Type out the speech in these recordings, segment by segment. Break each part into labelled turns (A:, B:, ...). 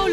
A: Will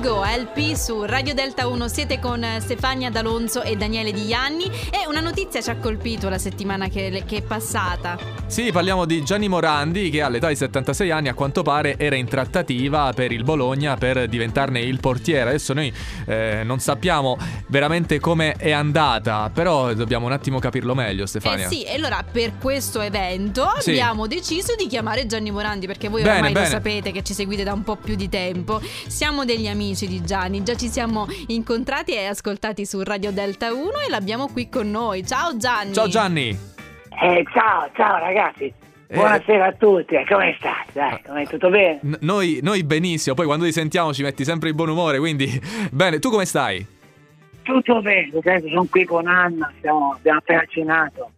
A: Go LP su Radio Delta 1. Siete con eh, Stefania D'Alonso e Daniele Di Ianni. E una notizia ci ha colpito la settimana che, che è passata.
B: Sì, parliamo di Gianni Morandi che all'età di 76 anni a quanto pare era in trattativa per il Bologna per diventarne il portiere. Adesso noi eh, non sappiamo veramente come è andata, però dobbiamo un attimo capirlo meglio Stefania.
A: Eh sì, e allora per questo evento
B: Sì.
A: abbiamo deciso di chiamare Gianni Morandi perché voi
B: Bene,
A: ormai
B: bene.
A: lo sapete che ci seguite da un po' più di tempo. Siamo degli amici di Gianni, già ci siamo incontrati e ascoltati su Radio Delta 1 e l'abbiamo qui con noi. Ciao Gianni.
B: Ciao Gianni!
C: Eh, ciao, ciao ragazzi,
B: Eh,
C: buonasera a tutti, eh, come state? Dai, come tutto bene?
B: n- noi, noi benissimo, poi quando ti sentiamo ci metti sempre il buon umore, quindi bene, tu come stai?
C: Tutto bene, adesso sono qui con Anna, stiamo, abbiamo appena cenato,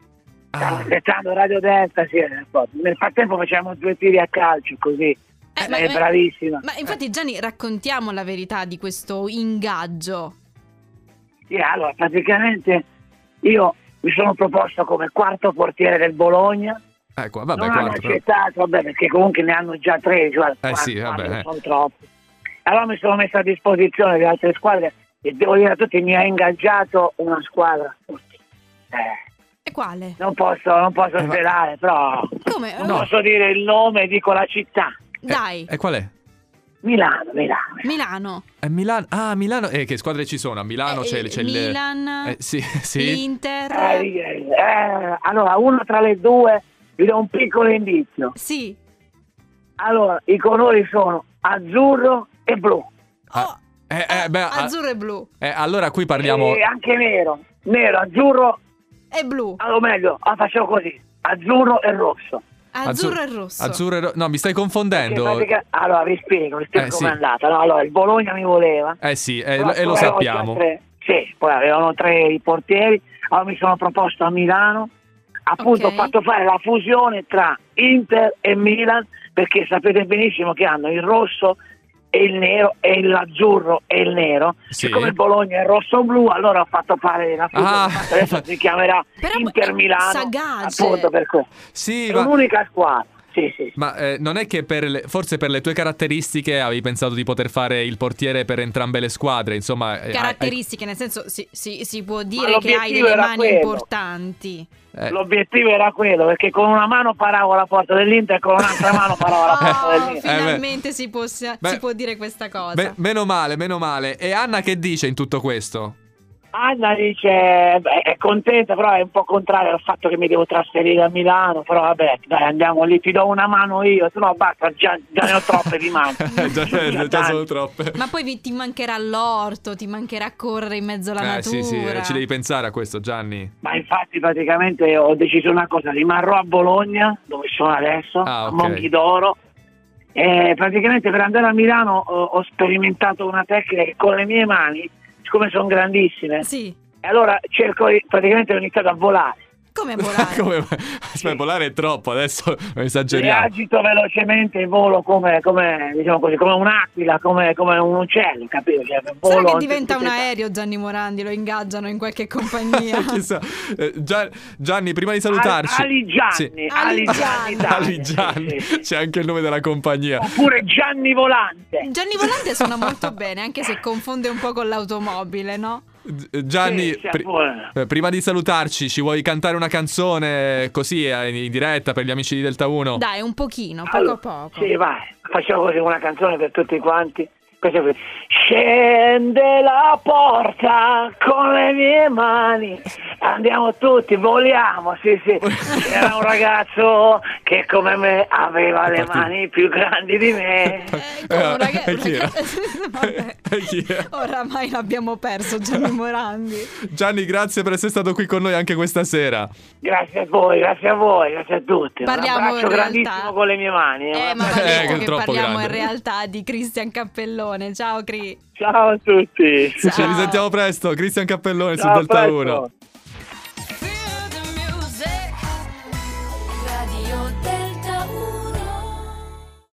C: stiamo
B: Ah,
C: aspettando Radio Delta, sì, un po'. nel frattempo facciamo due tiri a calcio così,
A: Eh,
C: è bravissima.
A: Ma infatti Gianni raccontiamo la verità di questo ingaggio.
C: Sì, allora, praticamente io mi sono proposto come quarto portiere del Bologna,
B: ecco, vabbè,
C: non hanno
B: quarto, però.
C: accettato, vabbè, perché comunque ne hanno già 13, guarda,
B: Eh sì,
C: quattro,
B: vabbè,
C: quattro
B: eh.
C: sono troppi. Allora mi sono messo a disposizione delle altre squadre e devo dire a tutti mi ha ingaggiato una squadra. Eh,
A: E quale?
C: non posso, non posso
B: Eh, ma-
C: svelare, però
A: Come?
C: non
B: No. eh,
C: posso dire il nome, dico la città.
A: Dai,
B: E qual è?
C: Milano, Milano.
A: Milano.
B: È Milano. Ah, Milano. Eh, che squadre ci sono? A Milano
A: Eh,
B: Ah, c'è,
A: il
B: c'è il.
A: Milan,
B: Eh, sì, sì.
A: l'Inter.
C: Eh, eh, allora, uno tra le due vi do un piccolo indizio.
A: Sì.
B: Eh,
C: Allora, i colori sono azzurro e blu.
B: Ah,
A: Oh,
B: Eh, eh, beh, ah,
A: azzurro e blu.
B: eh, allora qui parliamo.
C: E anche nero. Nero, azzurro
A: E blu.
C: Ah, o meglio, ah, facciamo così, azzurro e rosso.
A: Azzurro, e rosso.
B: Azzurro e ro- No, mi stai
C: Che
B: confondendo.
C: pratica- Allora, vi spiego, vi spiego
B: Eh,
C: com'è
B: sì.
C: andata. No, allora, il Bologna mi voleva.
B: Eh sì, eh, lo- e
C: però
B: lo
C: avevano già
B: sappiamo.
C: tre- Sì, poi avevano tre i portieri, allora mi sono proposto a Milano. Appunto
A: Ok.
C: ho fatto fare la fusione tra Inter e Milan perché sapete benissimo che hanno il rosso e il nero e l'azzurro e il nero.
B: Sì.
C: Siccome il Bologna è rosso-blu, allora ho fatto fare la fusione.
B: Ah.
C: Adesso si chiamerà
A: Però- cioè,
C: Inter Milano.
A: Sagace.
C: Appunto per questo.
B: Sì,
C: È
B: ma.
C: un'unica squadra. Sì, sì.
B: ma, eh, non è che per le- forse per le tue caratteristiche avevi pensato di poter fare il portiere per entrambe le squadre, insomma. eh, hai-
A: Caratteristiche, nel senso si, si- si può dire
C: Ma
A: che hai
C: l'obiettivo
A: delle
C: era
A: mani
C: quello.
A: importanti.
B: hai- eh,
C: L'obiettivo era quello, perché con una mano paravo la porta dell'Inter e con un'altra mano paravo la porta
A: Oh,
C: dell'Inter.
A: finalmente si, può, si
B: Beh.
A: può dire questa cosa.
B: me- meno male, meno male. E Anna che dice in tutto questo?
C: Anna dice, beh, è contenta, però è un po' contraria al fatto che mi devo trasferire a Milano, però vabbè, dai andiamo lì, ti do una mano io, se no basta, già, già Eh, ne ho troppe di mano.
B: Eh, già, già
C: Tanti.
B: sono troppe.
A: Ma poi vi- ti mancherà l'orto, ti mancherà correre in mezzo alla
B: eh,
A: natura.
B: sì, sì, eh, ci devi pensare a questo, Gianni.
C: Ma infatti praticamente ho deciso una cosa, rimarrò a Bologna, dove sono adesso,
B: Ah,
C: a
B: ok.
C: Monchi d'Oro. E praticamente per andare a Milano ho, ho sperimentato una tecnica che con le mie mani, siccome sono grandissime,
A: Sì.
C: e allora cerco di- praticamente ho iniziato a volare.
A: Come volare?
B: Come- Aspetta, volare è troppo, adesso
C: Mi
B: esageriamo.
C: agito velocemente e volo come, come, diciamo così, come un'aquila, come, come un uccello, capito? Cioè,
A: Sarà
C: volo
A: che
C: in
A: diventa un
C: tutte le-
A: aereo Gianni Morandi, lo ingaggiano in qualche compagnia.
B: Chissà. Eh, Gian- Gianni, prima di salutarci.
C: Al- Ali Gianni,
B: Sì.
C: Ali
A: Gianni.
C: Gianni, Italia,
B: Ali Gianni,
C: sì, sì.
B: c'è anche il nome della compagnia.
C: Oppure Gianni Volante.
A: Gianni Volante suona molto bene, anche se confonde un po' con l'automobile, no?
B: G- Gianni,
C: Sì, sì,
B: pri-
C: buono.
B: eh, prima di salutarci, ci vuoi cantare una canzone così eh, in diretta per gli amici di Delta 1?
A: Dai, un pochino, poco a
C: Allora,
A: poco.
C: Sì, vai. Facciamo così una canzone per tutti quanti. Questa è per- Scende la porta con le mie mani. Andiamo tutti, voliamo, sì, sì. C'era un ragazzo che come me aveva
B: È
C: le
B: partito.
C: mani più grandi di me.
A: Eh, come un raga-
B: Eh, chi era?
A: Vabbè.
B: Eh, chi era?
A: Oramai l'abbiamo perso Gianni Morandi.
B: Gianni, grazie per essere stato qui con noi anche questa sera.
C: Grazie a voi, grazie a voi, grazie a tutti.
A: Parliamo
C: un abbraccio
A: in realtà.
C: grandissimo con le mie mani.
A: Eh, ma
B: Eh,
A: va detto
B: che è
A: che
B: troppo
A: parliamo
B: grande.
A: in realtà di Cristian Cappellone. Ciao Cri.
C: Ciao a tutti.
A: Ciao.
B: Ci risentiamo presto, Cristian Cappellone su
C: Ciao,
B: Delta
C: presto.
B: 1.